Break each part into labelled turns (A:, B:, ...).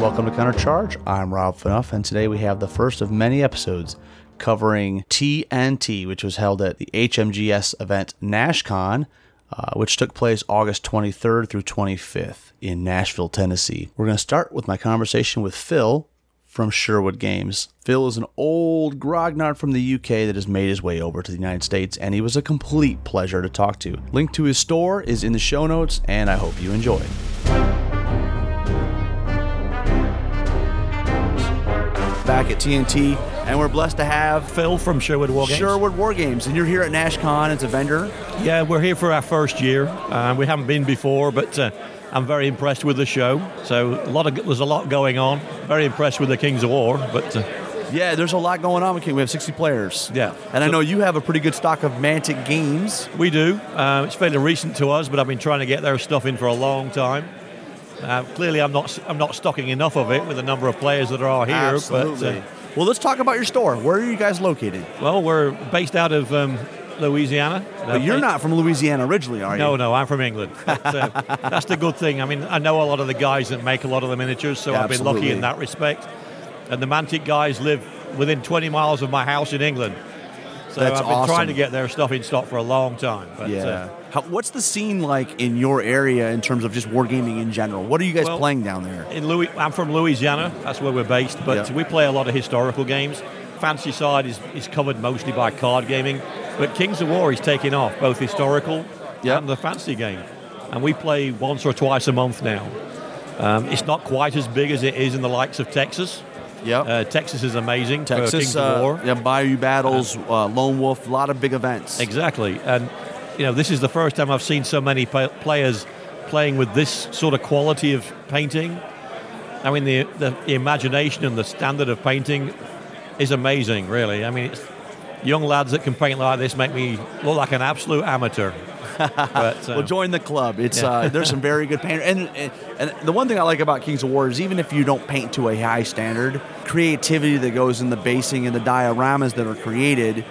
A: Welcome to Countercharge. I'm Rob Fanuff, and today we have the first of many episodes covering TNT, which was held at the HMGS event NashCon, uh, which took place August 23rd through 25th in Nashville, Tennessee. We're going to start with my conversation with Phil from Sherwood Games. Phil is an old grognard from the UK that has made his way over to the United States, and he was a complete pleasure to talk to. Link to his store is in the show notes, and I hope you enjoy. Back at TNT, and we're blessed to have
B: Phil from Sherwood War Games.
A: Sherwood War Games, and you're here at NashCon as a vendor.
B: Yeah, we're here for our first year. Uh, we haven't been before, but uh, I'm very impressed with the show. So a lot of there's a lot going on. Very impressed with the Kings of War, but uh,
A: Yeah, there's a lot going on. with King. We have 60 players.
B: Yeah.
A: and I
B: So-
A: know you have a pretty good stock of Mantic games.
B: we do. Uh, it's fairly recent to us, but I've been trying to get their stuff in for a long time. Uh, clearly, I'm not I'm not stocking enough of it with the number of players that are here. But, uh,
A: well, let's talk about your store. Where are you guys located?
B: well, we're based out of um, Louisiana.
A: But you're not from Louisiana originally, are you?
B: No, no, I'm from England. But, uh, that's the good thing. I mean, I know a lot of the guys that make a lot of the miniatures, so I've been
A: Absolutely.
B: lucky in that respect. And the Mantic guys live within 20 miles of my house in England. So
A: That's
B: I've been
A: awesome.
B: trying to get their stuff in stock for a long time. But,
A: Yeah.
B: uh,
A: How, what's the scene like in your area in terms of just wargaming in general? What are you guys
B: Well,
A: playing down there?
B: in Louis, I'm from Louisiana. That's where we're based, but
A: Yeah.
B: we play a lot of historical games. Fancy side is, is covered mostly by card gaming, but Kings of War is taking off both historical
A: Yeah.
B: and the fancy game, and we play once or twice a month now. Um, it's not quite as big as it is in the likes of Texas.
A: Yeah.
B: Uh, Texas is amazing for
A: Texas,
B: Kings of War.
A: uh, yeah, Bayou battles, uh, Lone Wolf, a lot of big events.
B: Exactly, and you know this is the first time I've seen so many pa- players playing with this sort of quality of painting. I mean, the, the the imagination and the standard of painting is amazing, really. I mean, it's, young lads that can paint like this make me look like an absolute amateur. but, uh,
A: Well, join the club. It's
B: Yeah.
A: uh, there's some very good painters, and, and and the one thing I like about Kings of War is even if you don't paint to a high standard, creativity that goes in the basing and the dioramas that are created,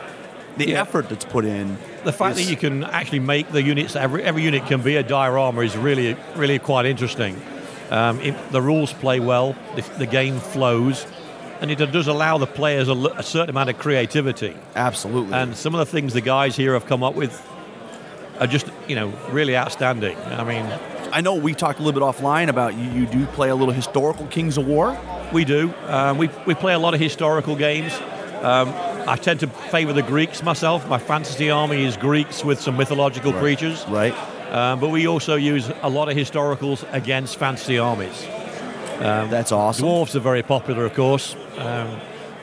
A: the
B: Yeah.
A: effort that's put in.
B: the fact
A: is-
B: that you can actually make the units every every unit can be a diorama is really really quite interesting. Um, it, the rules play well, the, the game flows, and it does allow the players a, l- a certain amount of creativity.
A: absolutely
B: And some of the things the guys here have come up with are just you know really outstanding. I mean,
A: I know we talked a little bit offline about you. You do play a little historical Kings of War.
B: We do. Um, we, we play a lot of historical games. Um, I tend to favour the Greeks myself. My fantasy army is Greeks with some mythological creatures.
A: Right.
B: Um, but we also use a lot of historicals against fantasy armies. Um,
A: That's awesome.
B: Dwarves are very popular, of course. Um,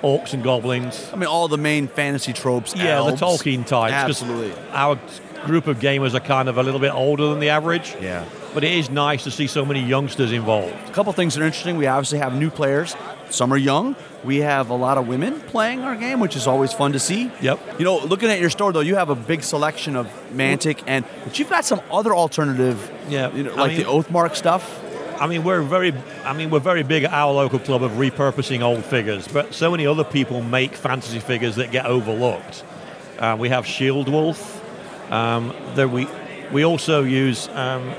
B: orcs and goblins.
A: I mean, all the main fantasy tropes.
B: Yeah,
A: elves.
B: the Tolkien types. 'cause
A: Absolutely.
B: Our group of gamers are kind of a little bit older than the average.
A: Yeah.
B: But it is nice to see so many youngsters involved.
A: A couple things that are interesting. We obviously have new players. Some are young. We have a lot of women playing our game, which is always fun to see.
B: Yep.
A: You know, looking at your store though, you have a big selection of Mantic, and but you've got some other alternative.
B: Yeah,
A: You know,
B: I
A: like
B: mean-
A: the Oathmark stuff.
B: I mean, we're very, I mean, we're very big at our local club of repurposing old figures, but so many other people make fantasy figures that get overlooked. Uh, we have Shield Wolf. Um, there we, we also use. Um,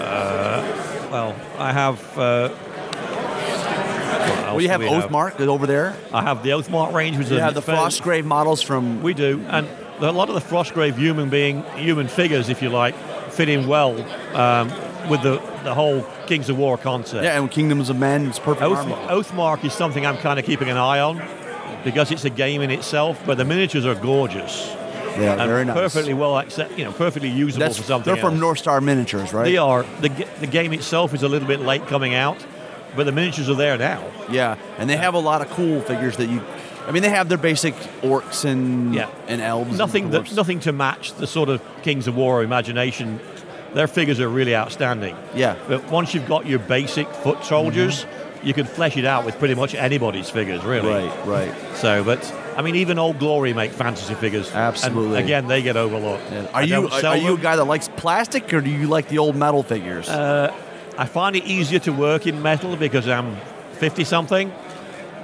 B: uh, well, I have. Uh, what
A: Well,
B: else
A: you have
B: do we
A: Oathmark over there.
B: I have the Oathmark range. Which
A: You
B: is
A: have the
B: fair-
A: Frostgrave models from.
B: We do, and a lot of the Frostgrave human being, human figures, if you like, fit in well um, with the the whole Kings of War concept.
A: yeah, and Kingdoms of Men. It's perfect.
B: Oath,
A: armor.
B: Oathmark is something I'm kind of keeping an eye on because it's a game in itself, but the miniatures are gorgeous
A: They are
B: and
A: very nice.
B: perfectly well accept, you know, perfectly usable
A: That's,
B: for something.
A: they're from
B: else.
A: North Star Miniatures, right?
B: They are the, g- the game itself is a little bit late coming out, but the miniatures are there now.
A: Yeah, and they have a lot of cool figures that you. I mean, they have their basic orcs and
B: Yeah.
A: and elves.
B: Nothing
A: and
B: that
A: dwarves.
B: nothing to match the sort of Kings of War imagination their figures are really outstanding.
A: Yeah. Mm-hmm.
B: But once you've got your basic foot soldiers, you can flesh it out with pretty much anybody's figures, really.
A: Right, right.
B: So, but I mean, even Old Glory make fantasy figures. And
A: Absolutely.
B: again, they get overlooked.
A: Are
B: I
A: you
B: don't
A: are,
B: sell
A: are you a
B: them.
A: guy that likes plastic or do you like the old metal figures?
B: I find it easier to work in metal because I'm 50 something,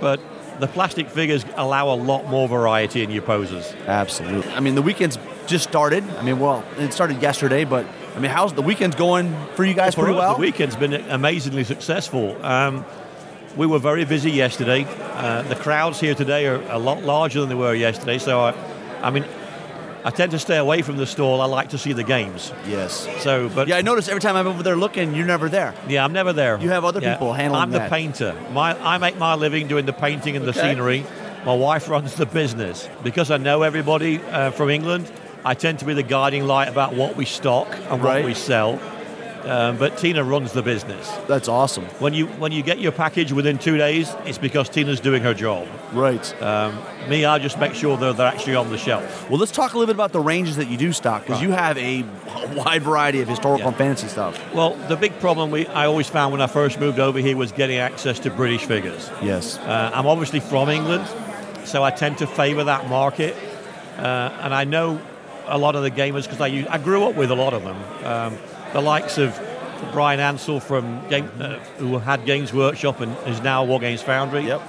B: but the plastic figures allow a lot more variety in your poses.
A: Absolutely. I mean, the weekend's just started. I mean, well, it started yesterday, but I mean, how's the weekend's going for you guys?
B: For
A: pretty
B: us,
A: well.
B: the weekend's been amazingly successful. Um, we were very busy yesterday. Uh, the crowds here today are a lot larger than they were yesterday, so I, I mean, I tend to stay away from the stall. I like to see the games.
A: Yes.
B: So, but
A: Yeah, I notice every time I'm over there looking, you're never there.
B: Yeah, I'm never there.
A: You have other people handling
B: I'm
A: that.
B: the painter. My, I make my living doing the painting and the
A: Okay.
B: scenery. My wife runs the business. Because I know everybody uh, from England, I tend to be the guiding light about what we stock and
A: Right.
B: what we sell. Um, but Tina runs the business.
A: That's awesome.
B: When you when you get your package within two days, it's because Tina's doing her job.
A: Right.
B: Um, me, I just make sure that they're actually on the shelf.
A: Uh, well, let's talk a little bit about the ranges that you do stock because you have a wide variety of historical
B: Yeah.
A: and fantasy stuff.
B: Well, the big problem we, I always found when I first moved over here was getting access to British figures.
A: Yes.
B: Uh, I'm obviously from England, so I tend to favour that market. Uh, and I know a lot of the gamers because I, u- I grew up with a lot of them. Um, the likes of Brian Ansell from game, uh, who had Games Workshop and is now War Games Foundry.
A: Yep.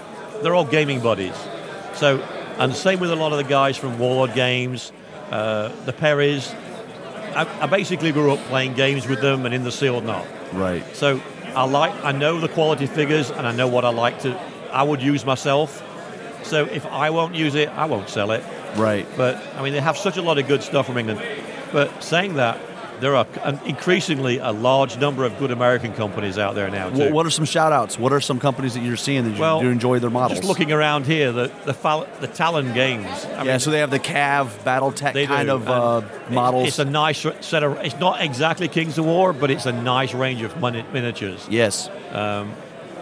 B: They're all gaming buddies. So, and same with a lot of the guys from Warlord Games, uh, the Perrys. I, I basically grew up playing games with them and in the Sealed Knot.
A: Right.
B: So I like, I know the quality figures, and I know what I like to, I would use myself. So if I won't use it, I won't sell it.
A: Right.
B: But I mean, they have such a lot of good stuff from England. But saying that, there are an, increasingly a large number of good American companies out there now too.
A: What, what are some shout outs? What are some companies that you're seeing that you,
B: Well,
A: you enjoy their models?
B: Just looking around here, the the, Fal- the Talon games.
A: yeah,
B: I mean,
A: so they have the Cav Battle Tech
B: they
A: kind
B: do,
A: of
B: and
A: uh,
B: it's-
A: models.
B: It's a nice set of. It's not exactly Kings of War, but it's a nice range of mini- miniatures.
A: yes.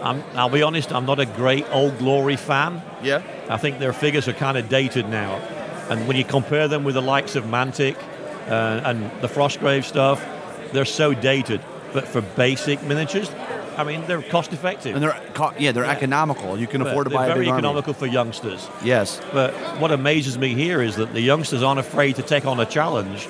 B: I'm, I'll be honest, I'm not a great Old Glory fan.
A: Yeah.
B: I think their figures are kind of dated now. And when you compare them with the likes of Mantic uh, and the Frostgrave stuff, they're so dated. But for basic miniatures, I mean, they're cost effective.
A: And they're co- yeah, they're economical. You can
B: But
A: afford to
B: they're
A: buy a
B: very
A: big army.
B: economical for youngsters.
A: Yes.
B: But what amazes me here is that the youngsters aren't afraid to take on a challenge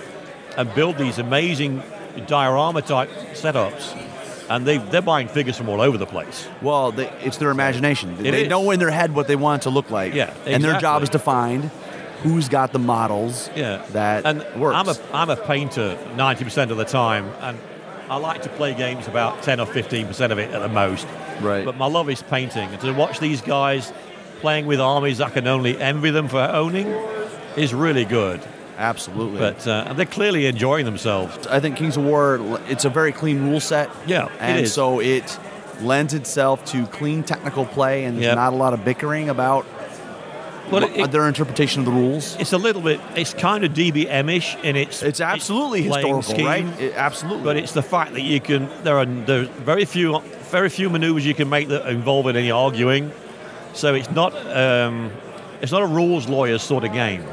B: and build these amazing diorama type setups. And they, they're buying figures from all over the place.
A: Well, they, it's their imagination. They
B: It
A: they
B: is.
A: know in their head what they want it to look like.
B: Yeah,
A: And their job
B: exactly.
A: is to find who's got the models
B: Yeah,
A: that
B: and
A: works.
B: I'm a I'm a painter ninety percent of the time, and I like to play games about ten or fifteen percent of it at the most.
A: Right.
B: But my love is painting, and to watch these guys playing with armies I can only envy them for owning is really good.
A: Absolutely.
B: But uh, and they're clearly enjoying themselves.
A: I think Kings of War, it's a very clean rule set.
B: Yeah, it
A: And
B: is.
A: so it lends itself to clean technical play, and there's
B: Yep.
A: not a lot of bickering about
B: But
A: what-
B: it,
A: their interpretation of uh, the rules.
B: it's a little bit. It's kind of DBM-ish in its.
A: It's absolutely
B: its playing
A: historical,
B: scheme.
A: right? It- absolutely.
B: But it's the fact that you can there are there's very few very few manoeuvres you can make that involve any arguing. So it's not um, it's not a rules lawyers sort of game.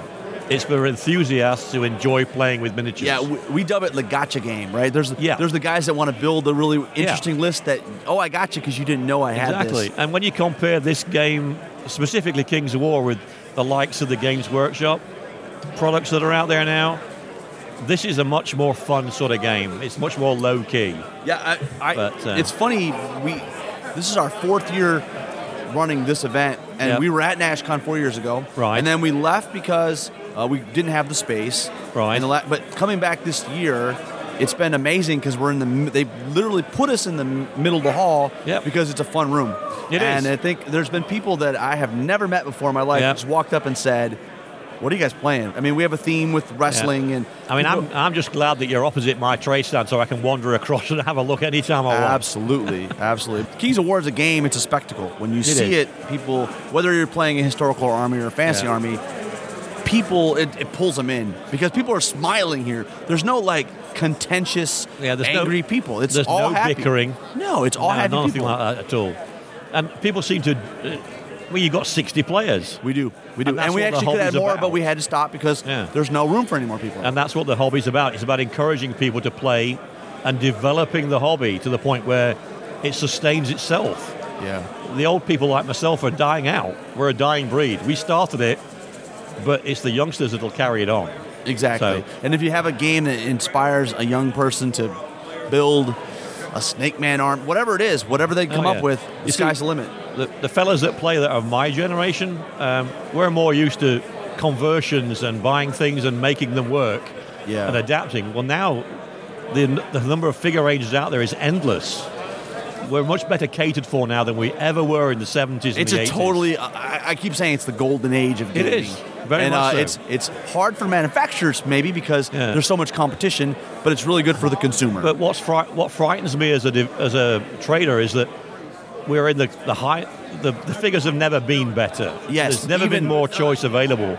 B: It's for enthusiasts who enjoy playing with miniatures.
A: Yeah, we, we dub it the gotcha game, right? There's
B: Yeah.
A: there's the guys that want to build a really interesting list that oh I gotcha because you didn't know I had
B: exactly.
A: this.
B: And when you compare this game specifically Kings of War with the likes of the Games Workshop products that are out there now, this is a much more fun sort of game. It's much more low key.
A: Yeah, I, I,
B: But, uh,
A: it's funny. We this is our fourth year running this event, and
B: Yep.
A: we were at NashCon four years ago,
B: Right.
A: And then we left because uh, we didn't have the space,
B: Right.
A: And the la- but coming back this year. It's been amazing because we're in the. m- They literally put us in the m- middle of the hall
B: Yep.
A: because it's a fun room.
B: It is.
A: and I think there's been people that I have never met before in my life
B: Yep.
A: just walked up and said, "What are you guys playing?" I mean, we have a theme with wrestling and.
B: I mean, I'm, I'm just glad that you're opposite my trade stand so I can wander across and have a look anytime I want.
A: Absolutely, absolutely. Kings of War is a game; it's a spectacle. When you see
B: is.
A: it, people, whether you're playing a historical army or a fantasy
B: Yeah.
A: army, people it, it pulls them in because people are smiling here. There's no like contentious,
B: Yeah, there's no-
A: angry people. It's
B: there's
A: all
B: no
A: happy.
B: bickering.
A: No, it's all
B: no,
A: happy
B: nothing
A: people.
B: like that at all. And people seem to. Uh, well, you've got 60 players,
A: We do, we do,
B: And
A: and,
B: that's
A: we
B: what the
A: actually could add
B: hobby's
A: more,
B: about.
A: but we had to stop because
B: Yeah. Um,
A: there's no room for any more people.
B: and that's what the hobby's about. It's about encouraging people to play and developing the hobby to the point where it sustains itself.
A: Yeah.
B: The old people like myself are dying out. We're a dying breed. We started it, but it's the youngsters that'll carry it on.
A: Exactly.
B: So-
A: and if you have a game that inspires a young person to build a snake man arm, whatever it is, whatever they come
B: Oh,
A: up
B: yeah.
A: with, the
B: You see-
A: sky's the limit.
B: The, the fellas that play that are my generation, um, we're more used to conversions and buying things and making them work
A: Yeah.
B: and adapting. Well, now the, n- the number of figure ranges out there is endless. We're much better catered for now than we ever were in the 70s and
A: It's
B: the
A: a
B: 80s.
A: totally. I, I keep saying it's the golden age of
B: It
A: gaming.
B: is. Very
A: and,
B: much
A: uh,
B: so.
A: It's it's hard for manufacturers maybe because
B: Yeah.
A: there's so much competition, but it's really good for the consumer.
B: But what's fri- what frightens me as a div- as a trader is that we're in the the high the, the figures have never been better.
A: Yes,
B: there's never
A: even-
B: been more choice available.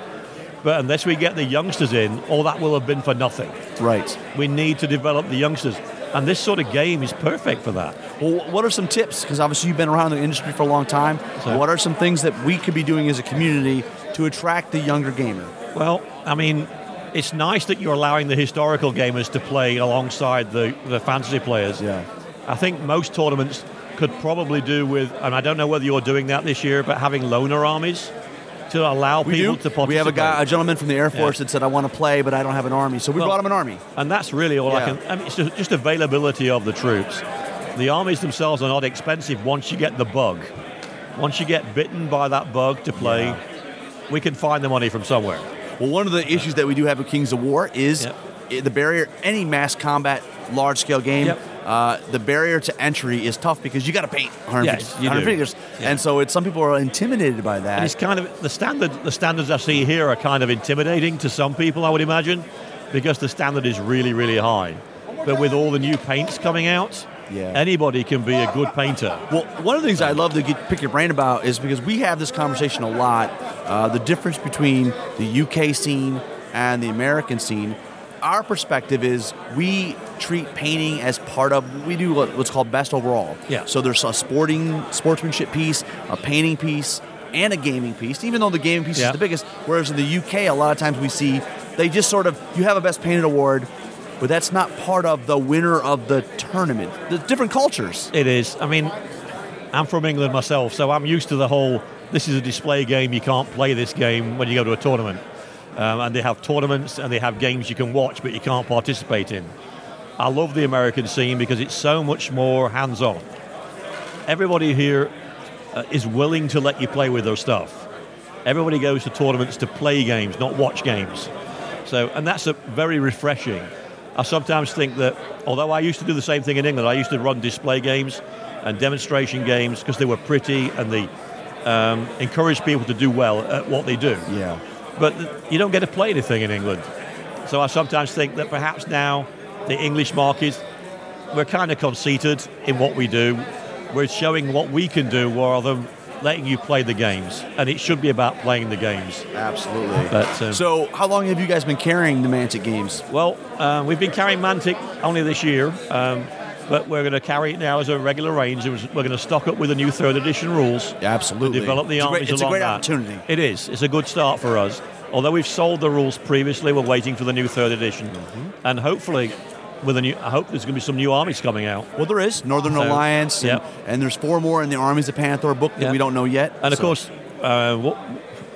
B: But unless we get the youngsters in, all that will have been for nothing.
A: right.
B: We need to develop the youngsters, and this sort of game is perfect for that.
A: Well, what are some tips? Because obviously you've been around the industry for a long time.
B: Sure.
A: What are some things that we could be doing as a community to attract the younger gamer?
B: Well, I mean, it's nice that you're allowing the historical gamers to play alongside the the fantasy players. I think most tournaments could probably do with, and I don't know whether you're doing that this year, but having loaner armies to allow
A: We
B: people
A: do.
B: to participate.
A: we have a guy, a gentleman from the Air Force,
B: Yeah.
A: that said, "I want to play, but I don't have an army." So we
B: Well-
A: brought him an army.
B: and that's really all
A: Yeah.
B: I can. I mean, it's just, just availability of the troops. The armies themselves are not expensive once you get the bug. Once you get bitten by that bug to play, we can find the money from somewhere.
A: Well, one of the issues that we do have with Kings of War is
B: Yep.
A: i- the barrier. Any mass combat, large scale game,
B: Yep.
A: uh, the barrier to entry is tough because you got to paint 150,
B: Yes, you do.
A: 100 figures,
B: Yeah.
A: and so it's some people are intimidated by
B: And it's
A: that.
B: kind of the standard. The standards I see here are kind of intimidating to some people, I would imagine, because the standard is really, really high. But with all the new paints coming out,
A: Yeah.
B: anybody can be a good painter.
A: Well, one of the things I love to get, pick your brain about is because we have this conversation a lot, uh, the difference between the UK scene and the American scene. Our perspective is we treat painting as part of we do what- what's called best overall.
B: Yeah.
A: So there's a sporting sportsmanship piece, a painting piece, and a gaming piece. Even though the gaming piece
B: Yeah.
A: is the biggest, whereas in the UK, a lot of times we see they just sort of you have a best painted award, but that's not part of the winner of the tournament. The different cultures.
B: It is. I mean, I'm from England myself, so I'm used to the whole this is a display game, you can't play this game when you go to a tournament. Um, and they have tournaments and they have games you can watch but you can't participate in. I love the American scene because it's so much more hands on. Everybody here uh, is willing to let you play with their stuff. Everybody goes to tournaments to play games, not watch games. So, and that's a very refreshing. I sometimes think that, although I used to do the same thing in England, I used to run display games and demonstration games because they were pretty and they um, encouraged people to do well at what they do.
A: Yeah.
B: But th- you don't get to play anything in England. So I sometimes think that perhaps now the English market, we're kind of conceited in what we do. We're showing what we can do rather than letting you play the games. And it should be about playing the games.
A: Absolutely.
B: But, um,
A: so, how long have you guys been carrying the Mantic games?
B: Well, um, we've been carrying Mantic only this year, um, but we're going to carry it now as a regular range. It was- We're going to stock up with the new third edition rules.
A: Absolutely.
B: Develop the
A: it's
B: armies
A: a great, it's a
B: along
A: great
B: that.
A: opportunity.
B: It is. It's a good start for us. Although we've sold the rules previously, we're waiting for the new third edition,
A: Mm-hmm.
B: and hopefully, with a new, I hope there's going to be some new armies coming out.
A: Well, there is Northern
B: So,
A: Alliance, and,
B: yeah.
A: and there's four more in the Armies of Panther book that
B: Yeah.
A: we don't know yet.
B: And of
A: So-
B: course, uh, wa-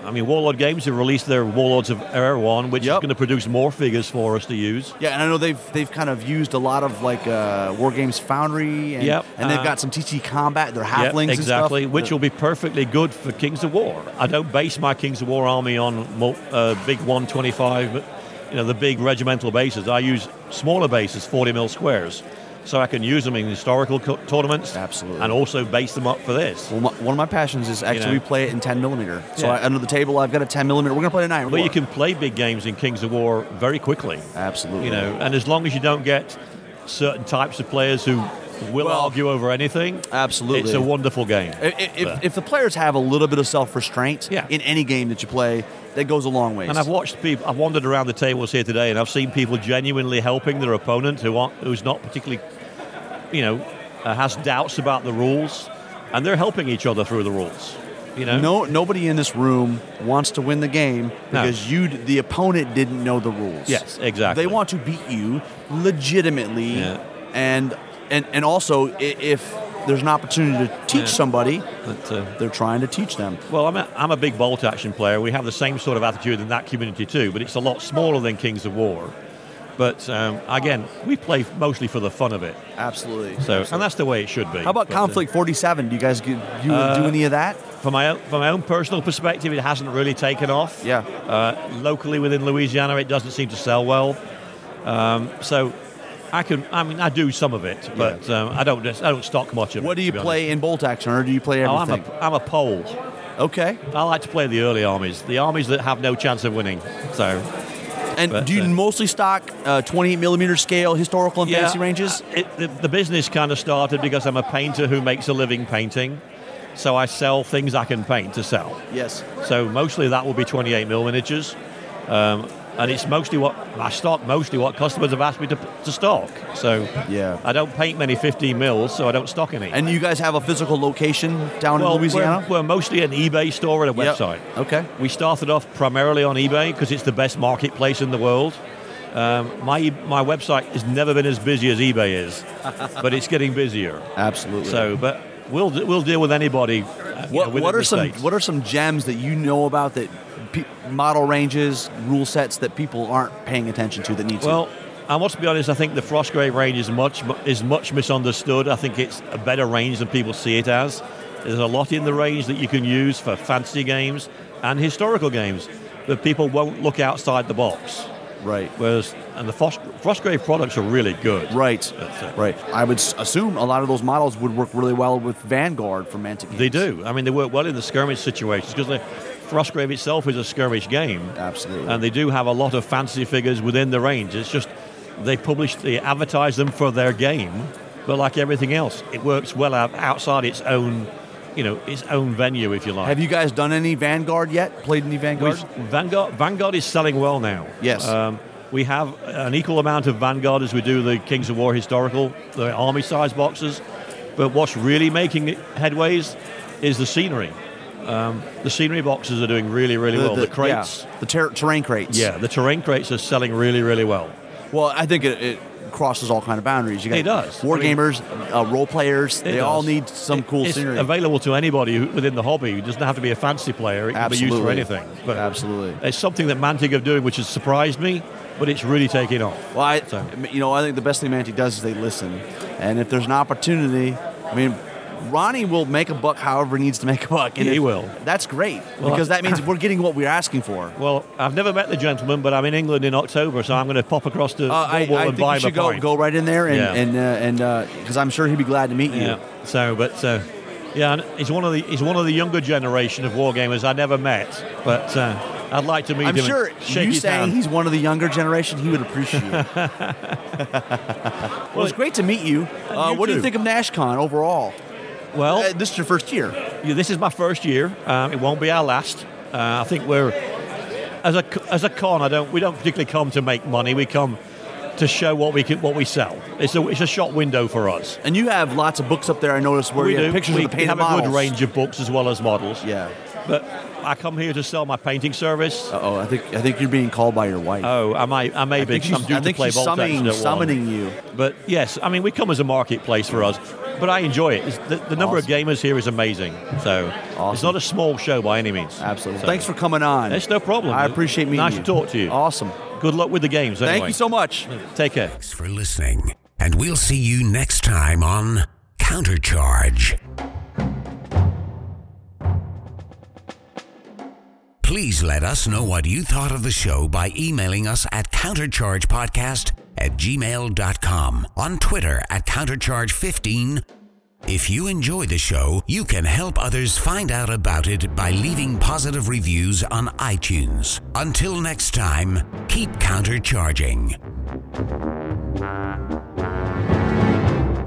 B: I mean, Warlord Games have released their Warlords of Erewhon, which
A: Yep.
B: is going to produce more figures for us to use.
A: yeah, and I know they've they've kind of used a lot of like uh, War Games Foundry, and,
B: Yep,
A: and they've
B: uh,
A: got some TT Combat, their
B: Yeah,
A: halflings,
B: exactly,
A: and stuff.
B: which will be perfectly good for Kings of War. I don't base my Kings of War army on mul- uh, big 125, but you know the big regimental bases. I use smaller bases, 40 mil squares, so I can use them in historical co- tournaments,
A: Absolutely.
B: and also base them up for this.
A: Well, my, one of my passions is actually
B: know.
A: we play it in 10 millimeter. So
B: Yeah.
A: I, under the table, I've got a 10 millimeter. We're gonna play tonight.
B: But you can play big games in Kings of War very quickly,
A: absolutely,
B: you know, and as long as you don't get certain types of players who will
A: Well,
B: argue over anything,
A: absolutely. Eh,
B: it's a wonderful game.
A: I- I-
B: But-
A: If, if the players have a little bit of self restraint
B: Yeah.
A: in any game that you play, that goes a long ways.
B: And I've watched people. I've wandered around the tables here today, and I've seen people genuinely helping their opponent who aren't, who's not particularly, you know, uh, has doubts about the rules, and they're helping each other through the rules. You know,
A: no, nobody in this room wants to win the game
B: No.
A: because you, d- the opponent, didn't know the rules.
B: Yes, exactly.
A: They want to beat you legitimately
B: Yeah.
A: and and and also i- if there's an opportunity to teach somebody,
B: But, uh,
A: they're trying to teach them.
B: well, I'm a, I'm a big bolt action player. We have the same sort of attitude in that community too, but it's a lot smaller than Kings of War. But um, again, we play mostly for the fun of it.
A: Absolutely.
B: So, and that's the way it should be.
A: How about
B: But, uh,
A: Conflict 47? Do you guys get, do, you do any of that?
B: from my own, from my own personal perspective, it hasn't really taken off.
A: Yeah.
B: Uh, locally within Louisiana, it doesn't seem to sell well. Um, so I can, I mean, I do some of it, but um, I don't, just- I don't stock much of it.
A: What do
B: to
A: you
B: be
A: play in bolt action, or do you play
B: honest. Oh,
A: everything?
B: I'm a, I'm a pole.
A: okay.
B: I like to play the early armies, the armies that have no chance of winning. So
A: And
B: But,
A: do you
B: uh,
A: mostly stock uh, 28 millimeter scale historical and fantasy ranges?
B: uh, It, the, the business kind of started because I'm a painter who makes a living painting, so I sell things I can paint to sell.
A: Yes.
B: So mostly that will be 28 mil miniatures, um, and it's mostly what I stock. Mostly what customers have asked me to, to stock. So
A: Yeah.
B: I don't paint many 15 mils, so I don't stock any.
A: And you guys have a physical location down
B: well,
A: in Louisiana?
B: We're, we're mostly an eBay store and a
A: Yep.
B: website.
A: Okay.
B: We started off primarily on eBay because it's the best marketplace in the world. Um, my my website has never been as busy as eBay is, but it's getting busier.
A: Absolutely.
B: So, but we'll we'll deal with anybody. uh, you know,
A: what,
B: within
A: what are
B: the
A: some
B: States.
A: what are some gems that you know about that pe- model ranges, rule sets that people aren't paying attention to that need to?
B: Well, I must be honest. I think the Frostgrave range is much is much misunderstood. I think it's a better range than people see it as. There's a lot in the range that you can use for fantasy games and historical games, but people won't look outside the box.
A: right.
B: Whereas, and the Frost, Frostgrave products are really good.
A: Right.
B: That's it.
A: Right. I would s- assume a lot of those models would work really well with Vanguard for Mantic.
B: They
A: games.
B: do. I mean, they work well in the skirmish situations because the Frostgrave itself is a skirmish game.
A: Absolutely.
B: and they do have a lot of fantasy figures within the range. It's just they publish, they advertise them for their game, but like everything else, it works well out- outside its own, you know, its own venue, if you like.
A: Have you guys done any Vanguard yet? Played any Vanguard?
B: We've- Vanguard, Vanguard is selling well now.
A: Yes.
B: Um, we have an equal amount of Vanguard as we do the Kings of War historical, the army size boxes. But what's really making it headways is the scenery. Um, the scenery boxes are doing really, really well. The, crates,
A: yeah, the ter- terrain crates.
B: yeah, the terrain crates are selling really, really well.
A: Well, I think it, it crosses all kind of boundaries. You got
B: It does.
A: War
B: I mean-
A: gamers, uh, role players. They
B: It
A: all
B: does.
A: need some
B: It-
A: cool
B: it's
A: scenery.
B: available to anybody who, within the hobby. It doesn't have to be a fancy player. It can be used for
A: Absolutely.
B: anything.
A: Absolutely.
B: It's something that Mantic are doing, which has surprised me, but it's really taking off.
A: Well, I,
B: So-
A: you know, I think the best thing Mantic does is they listen, and if there's an opportunity, I mean, Ronnie will make a buck however he needs to make a buck, and
B: He
A: if-
B: will.
A: That's great
B: Well,
A: because that means we're getting what we're asking for.
B: Well, I've never met the gentleman, but I'm in England in October, so I'm going to pop across to
A: Uh, I,
B: Millwall
A: I
B: and
A: think you
B: buy him
A: should
B: a
A: go,
B: pint.
A: go right in there and
B: Yeah.
A: and uh, and because I'm sure he'd be glad to meet you.
B: Yeah. So, but uh, yeah, and he's one of the he's one of the younger generation of wargamers I never met, but uh, I'd like to meet
A: I'm
B: him.
A: sure
B: and shake
A: you
B: his
A: saying
B: hand.
A: he's one of the younger generation, he would appreciate it. well, it's great to meet you. Uh,
B: you
A: what do you
B: too. Oh.
A: think of NashCon overall?
B: well,
A: Uh, this is your first year.
B: Yeah, this is my first year. Um, it won't be our last. Uh, I think we're as a as a con. I don't. We don't particularly come to make money. We come to show what we can, what we sell. It's a it's a shop window for us.
A: And you have lots of books up there, I noticed, where
B: we
A: you have
B: do.
A: pictures
B: we
A: of the painted
B: have a
A: models.
B: good range of books as well as models.
A: Yeah.
B: But I come here to sell my painting service.
A: Uh oh, I think I think you're being called by your wife.
B: Oh, I may I may
A: I
B: be.
A: think she's,
B: I'm due
A: I
B: to
A: think
B: play
A: she's
B: Voltax at
A: summoning,
B: one.
A: summoning you.
B: But yes, I mean we come as a marketplace for us. But I enjoy it. It's- The, the number
A: Awesome.
B: of gamers here is amazing. So it's
A: Awesome.
B: not a small show by any means.
A: Absolutely.
B: So-
A: Thanks for coming on.
B: It's no problem.
A: I appreciate meeting
B: Nice
A: you.
B: to talk to you.
A: Awesome.
B: Good luck with the games.
A: Thank
B: anyway.
A: you so much.
B: Take care.
C: Thanks for listening, and we'll see you next time on Countercharge. Please let us know what you thought of the show by emailing us at counterchargepodcast at gmail.com, on Twitter at countercharge15. If you enjoy the show, you can help others find out about it by leaving positive reviews on iTunes. Until next time, keep countercharging.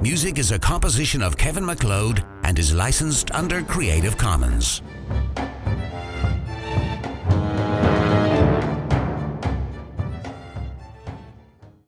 C: Music is a composition of Kevin MacLeod and is licensed under Creative Commons.